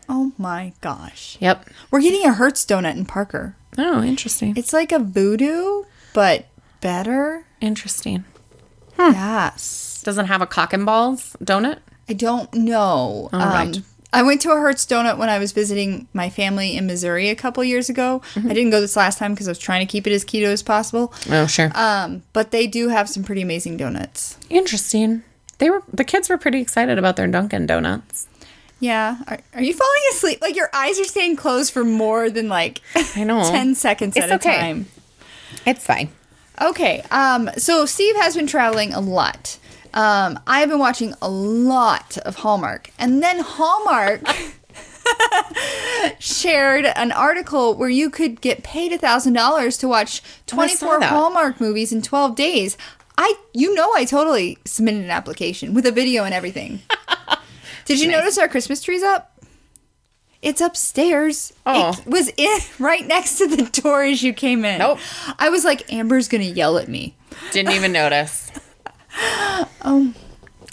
Speaker 1: Oh my gosh.
Speaker 2: Yep.
Speaker 1: We're getting a Hertz donut in Parker.
Speaker 2: Oh, interesting.
Speaker 1: It's like a voodoo, but better.
Speaker 2: Interesting.
Speaker 1: Yes.
Speaker 2: Doesn't have a cock and balls donut.
Speaker 1: I don't know. um,
Speaker 2: right.
Speaker 1: I went to a Hertz Donut when I was visiting my family in Missouri a couple years ago. I didn't go this last time because I was trying to keep it as keto as possible.
Speaker 2: Oh, sure.
Speaker 1: Um, but they do have some pretty amazing donuts.
Speaker 2: Interesting. They were the kids were pretty excited about their Dunkin' Donuts.
Speaker 1: Yeah. Are, are you falling asleep? Like your eyes are staying closed for more than like
Speaker 2: I know.
Speaker 1: 10 seconds
Speaker 2: It's
Speaker 1: at
Speaker 2: okay.
Speaker 1: a time.
Speaker 2: It's fine.
Speaker 1: Okay. Um, so Steve has been traveling a lot. Um, I've been watching a lot of Hallmark. And then
Speaker 2: *laughs*
Speaker 1: Hallmark shared an article where you could get paid $1,000 to watch
Speaker 2: I saw
Speaker 1: 24
Speaker 2: that.
Speaker 1: Hallmark movies in 12 days. I, you know, I totally submitted an application with a video and
Speaker 2: *laughs*
Speaker 1: everything. Did you notice our Christmas tree's up? It's upstairs.
Speaker 2: Oh.
Speaker 1: It was in *laughs* right next to the door as you came in.
Speaker 2: Nope.
Speaker 1: I was like, Amber's gonna yell at me.
Speaker 2: Didn't
Speaker 1: *laughs*
Speaker 2: even notice. Oh.
Speaker 1: Um,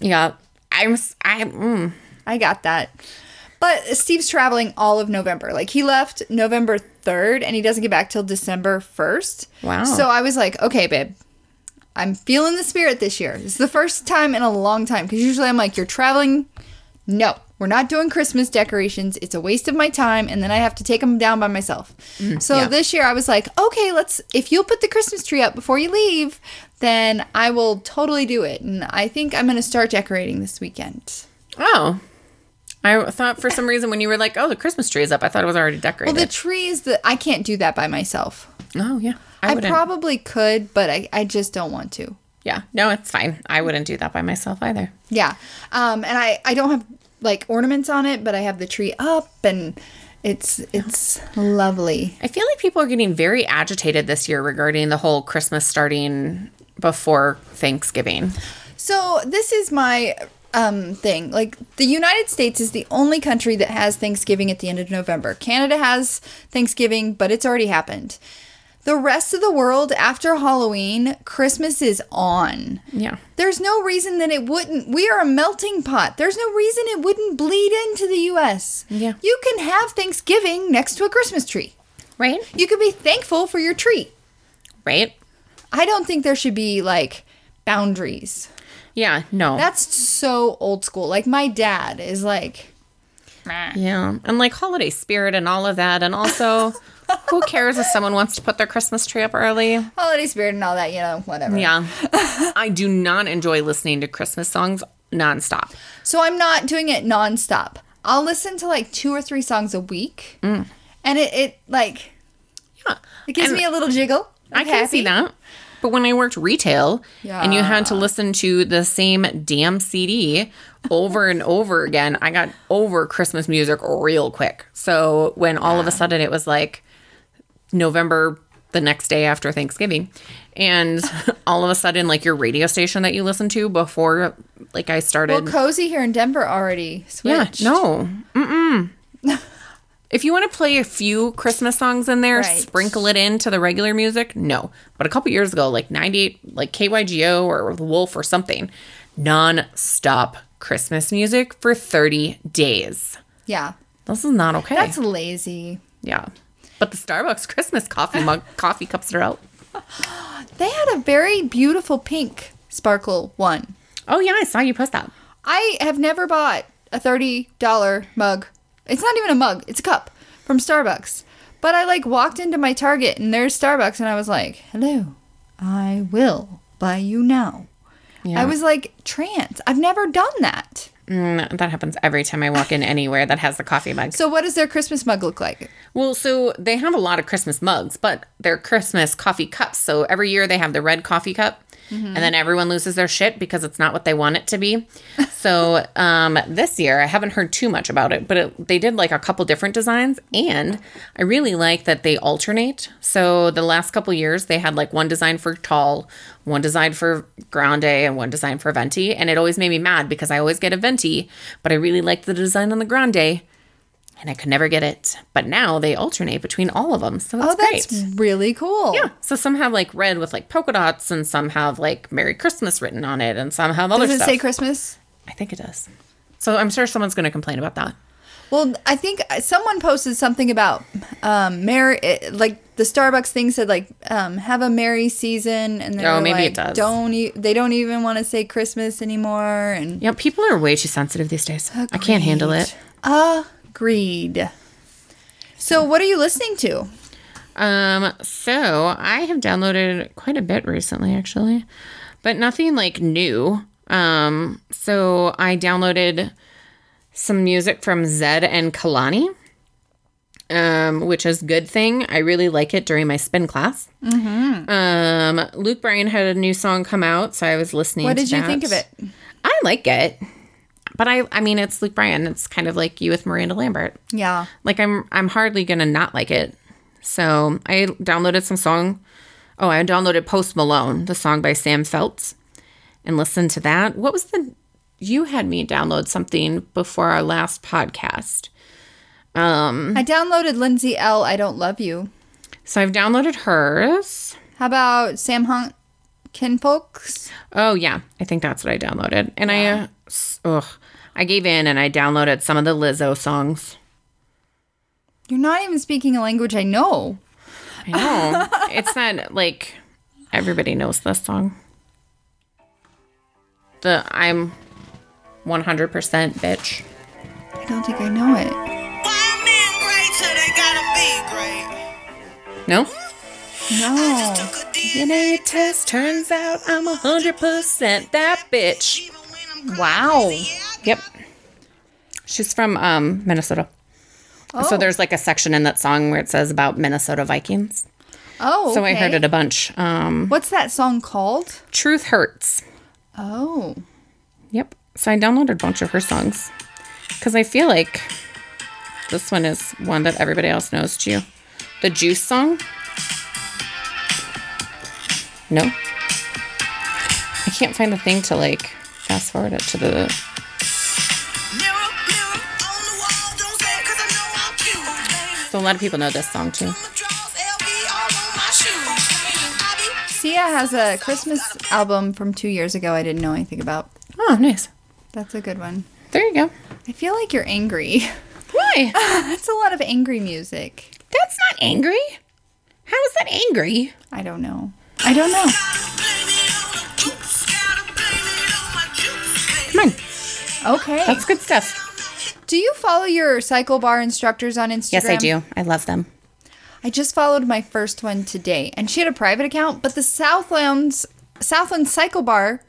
Speaker 2: Yeah. I'm s- I mm,
Speaker 1: I got that. But Steve's traveling all of November. Like he left November 3rd and he doesn't get back till December 1st.
Speaker 2: Wow.
Speaker 1: So I was like, okay, babe, I'm feeling the spirit this year. It's the first time in a long time because usually I'm like, you're traveling. No, we're not doing Christmas decorations. It's a waste of my time. And then I have to take them down by myself. so
Speaker 2: Mm, yeah.
Speaker 1: this year I was like, okay, let's, if you'll put the Christmas tree up before you leave, then I will totally do it. And I think I'm going to start decorating this weekend.
Speaker 2: Oh. I thought for some reason when you were like, "Oh, the Christmas tree is up," I thought it was already
Speaker 1: Well,
Speaker 2: decorated.
Speaker 1: the trees that I can't do that by myself.
Speaker 2: oh, yeah. I,
Speaker 1: I,
Speaker 2: wouldn't.
Speaker 1: probably could, but I, I just don't want to.
Speaker 2: yeah. No, it's fine. I wouldn't do that by myself either.
Speaker 1: Yeah. Um, and I, I don't have like ornaments on it, but I have the tree up and it's it's lovely.
Speaker 2: I feel like people are getting very agitated this year regarding the whole Christmas starting before Thanksgiving.
Speaker 1: So this is my um thing. Like the United States is the only country that has Thanksgiving at the end of November. Canada has Thanksgiving, but it's already happened. The rest of the world after Halloween, Christmas is on.
Speaker 2: Yeah.
Speaker 1: There's no reason that it wouldn't. We are a melting pot. There's no reason it wouldn't bleed into the US.
Speaker 2: Yeah.
Speaker 1: You can have Thanksgiving next to a Christmas tree.
Speaker 2: Right?
Speaker 1: You can be thankful for your tree.
Speaker 2: Right?
Speaker 1: I don't think there should be like boundaries.
Speaker 2: Yeah, no.
Speaker 1: That's so old school. Like my dad is like
Speaker 2: Yeah, and like holiday spirit and all of that. And also, who cares if someone wants to put their Christmas tree up early?
Speaker 1: holiday spirit and all that, you know, whatever.
Speaker 2: Yeah. I do not enjoy listening to Christmas songs nonstop.
Speaker 1: So I'm not doing it nonstop. I'll listen to like two or three songs a week. And it, it like
Speaker 2: Yeah.
Speaker 1: it gives
Speaker 2: Mm. And
Speaker 1: me a little jiggle.
Speaker 2: I can see that. But when I worked retail and you had to listen to the same damn CD over and over again, I got over Christmas music real quick. So when all of a sudden it was like November the next day after Thanksgiving, and *laughs* all of a sudden, like your radio station that you listen to before, like I
Speaker 1: Well,
Speaker 2: started.
Speaker 1: cozy here in Denver already
Speaker 2: yeah,
Speaker 1: switched.
Speaker 2: no. Mm-mm. *laughs* if you want to play a few Christmas songs in there,
Speaker 1: Right.
Speaker 2: sprinkle it into the regular music, no. But a couple years ago, like 98, like KYGO or The Wolf or something, non stop Christmas music for 30 days.
Speaker 1: Yeah.
Speaker 2: This is not okay.
Speaker 1: That's lazy.
Speaker 2: Yeah. But the Starbucks Christmas coffee *laughs* mug coffee cups are out.
Speaker 1: They had a very beautiful pink sparkle one.
Speaker 2: Oh yeah, I saw you post that.
Speaker 1: I have never bought a $30 mug. It's not even a mug, it's a cup from Starbucks. But I like walked into my Target and there's Starbucks and I was like, "Hello. I will buy you now." I was like, "Trance. I've never done that."
Speaker 2: Mm, that happens every time I walk in anywhere that has the coffee mug.
Speaker 1: So what does their Christmas mug look like?
Speaker 2: Well, so they have a lot of Christmas mugs, but they're Christmas coffee cups. So every year they have the red coffee cup And then everyone loses their shit because it's not what they want it to be. so um, this year, I haven't heard too much about it, but it, they did like a couple different designs. And I really like that they alternate. So the last couple years, they had like one design for tall, one design for grande, and one design for venti. And it always made me mad because I always get a venti, but I really liked the design on the grande and I could never get it. But now they alternate between all of them. So that's,
Speaker 1: Oh, that's
Speaker 2: great.
Speaker 1: really cool.
Speaker 2: Yeah. So some have like red with like polka dots, and some have like Merry Christmas written on it, and some have other
Speaker 1: Does it
Speaker 2: stuff.
Speaker 1: say Christmas?
Speaker 2: I think it does. So I'm sure someone's going to complain about that.
Speaker 1: Well, I think someone posted something about um Mary like the Starbucks thing said like um have a merry season and they
Speaker 2: Oh,
Speaker 1: were
Speaker 2: maybe it
Speaker 1: like,
Speaker 2: does.
Speaker 1: don't e- they don't even want to say Christmas anymore and
Speaker 2: Yeah, people are way too sensitive these days. I can't handle it.
Speaker 1: agreed. So, what are you listening to?
Speaker 2: Um, so I have downloaded quite a bit recently, actually, but nothing like new. Um, so I downloaded some music from Zed and Kalani, um, which is good thing. I really like it during my spin class. Mm-hmm. Um, Luke Bryan had a new song come out, so I was listening.
Speaker 1: What
Speaker 2: to
Speaker 1: did you
Speaker 2: that.
Speaker 1: think of it?
Speaker 2: I like it, but I, I mean, it's Luke Bryan. It's kind of like you with Miranda Lambert
Speaker 1: Yeah.
Speaker 2: like I'm I'm hardly gonna not like it. So I downloaded some song. Oh, I downloaded Post Malone, the song by Sam Feltz, and listened to that. What was the you had me download something before our last podcast. Mm-hmm.
Speaker 1: I downloaded Lindsay L. I Don't Love You.
Speaker 2: So I've downloaded hers.
Speaker 1: How about Sam Hunt Kinfolks?
Speaker 2: Oh yeah, I think that's what I downloaded. And I uh, s- ugh, I gave in and I downloaded some of the Lizzo songs.
Speaker 1: You're not even speaking a language I know.
Speaker 2: I know. it's not like everybody knows this song. The I'm 100% bitch.
Speaker 1: I don't think I know it.
Speaker 3: Five men great till they gotta be great.
Speaker 2: No?
Speaker 1: No.
Speaker 3: Took a deal
Speaker 2: DNA test turns out I'm 100% that bitch.
Speaker 3: even when I'm crazy.
Speaker 1: Wow.
Speaker 2: Yep. She's from um, Minnesota. So there's like a section in that song where it says about Minnesota Vikings.
Speaker 1: Oh,
Speaker 2: So I
Speaker 1: okay.
Speaker 2: heard it a bunch. Um,
Speaker 1: What's that song called?
Speaker 2: Truth Hurts.
Speaker 1: Oh,
Speaker 2: Yep. So I downloaded a bunch of her songs because I feel like this one is one that everybody else knows too. The Juice song? No. I can't find the thing to like fast forward it to the.
Speaker 3: Mirror, mirror on the wall, don't say it 'cause I know I'm cute.
Speaker 2: So a lot of people know this song too.
Speaker 3: I'ma draw LV all on my shoes. I be
Speaker 1: Sia has a Christmas album from two years ago. I didn't know anything about.
Speaker 2: Oh, nice.
Speaker 1: That's a good one.
Speaker 2: There you go.
Speaker 1: I feel like you're angry. *laughs*
Speaker 2: Why?
Speaker 1: That's a lot of angry music.
Speaker 2: That's not angry. How is that angry?
Speaker 1: I don't know. I don't know.
Speaker 3: gotta blame it on the juice, gotta blame it on my juice, baby.
Speaker 2: Come on.
Speaker 1: Okay.
Speaker 2: That's good stuff.
Speaker 1: do you follow your cycle bar instructors on Instagram?
Speaker 2: Yes, I do. I love them.
Speaker 1: I just followed my first one today, and she had a private account, but the Southlands Southland Cycle Bar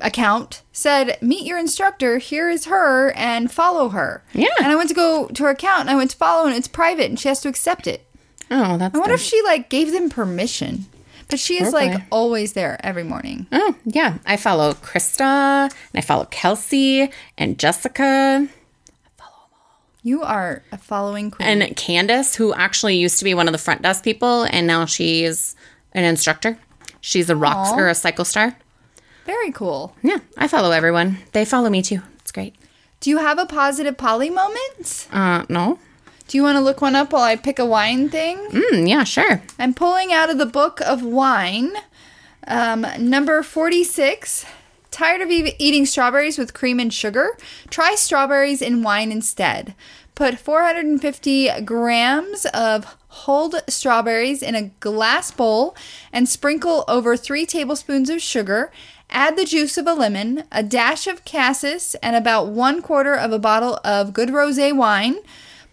Speaker 1: account said, "Meet your instructor. Here is her, and follow her."
Speaker 2: Yeah.
Speaker 1: And I went to go to her account, and I went to follow, and it's private, and she has to accept it.
Speaker 2: Oh, that's.
Speaker 1: I wonder if
Speaker 2: good.
Speaker 1: she like gave them permission. But she is like
Speaker 2: Okay.
Speaker 1: always there every morning.
Speaker 2: Oh, yeah. I follow Krista and I follow Kelsey and Jessica
Speaker 1: You are a following queen.
Speaker 2: and Candace, who actually used to be one of the front desk people and now she's an instructor. She's a rock
Speaker 1: Aw.
Speaker 2: or a cycle star.
Speaker 1: Very cool.
Speaker 2: Yeah, I follow everyone. They follow me too. It's great.
Speaker 1: Do you have a positive poly moment?
Speaker 2: Uh, no.
Speaker 1: Do you want to look one up while I pick a wine thing?
Speaker 2: Hmm, yeah, sure.
Speaker 1: I'm pulling out of the book of wine, um, number 46. Tired of e- eating strawberries with cream and sugar? Try strawberries in wine instead. Put 450 grams of hulled strawberries in a glass bowl and sprinkle over three tablespoons of sugar. Add the juice of a lemon, a dash of cassis, and about one quarter of a bottle of good rose wine.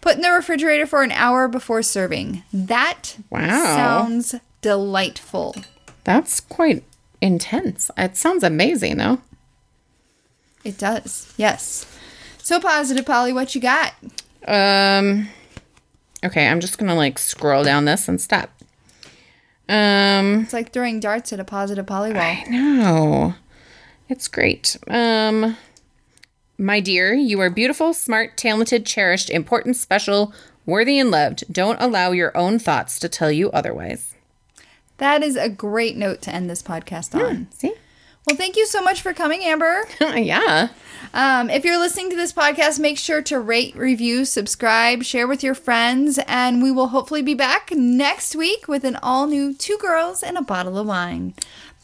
Speaker 1: Put in the refrigerator for an hour before serving. That
Speaker 2: Wow.
Speaker 1: sounds delightful.
Speaker 2: That's quite intense. It sounds amazing though.
Speaker 1: It does. Yes. So positive, Polly. What you got?
Speaker 2: Um okay, I'm just going to like scroll down this and stop. Um,
Speaker 1: It's like throwing darts at a positive polywall.
Speaker 2: no, it's great. Um, my dear, you are beautiful, smart, talented, cherished, important, special, worthy, and loved. Don't allow your own thoughts to tell you otherwise.
Speaker 1: That is a great note to end this podcast on.
Speaker 2: See?
Speaker 1: Well, thank you so much for coming, Amber.
Speaker 2: *laughs* yeah.
Speaker 1: Um, if you're listening to this podcast, make sure to rate, review, subscribe, share with your friends, and we will hopefully be back next week with an all new Two Girls and a Bottle of Wine.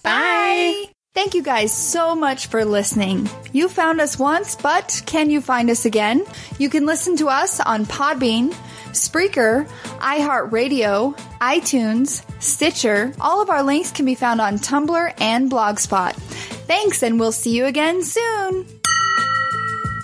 Speaker 1: Bye. Thank you guys so much for listening. You found us once, but can you find us again? You can listen to us on Podbean, Spreaker, iHeartRadio, iTunes, Stitcher. All of our links can be found on Tumblr and Blogspot. Thanks, and we'll see you again soon.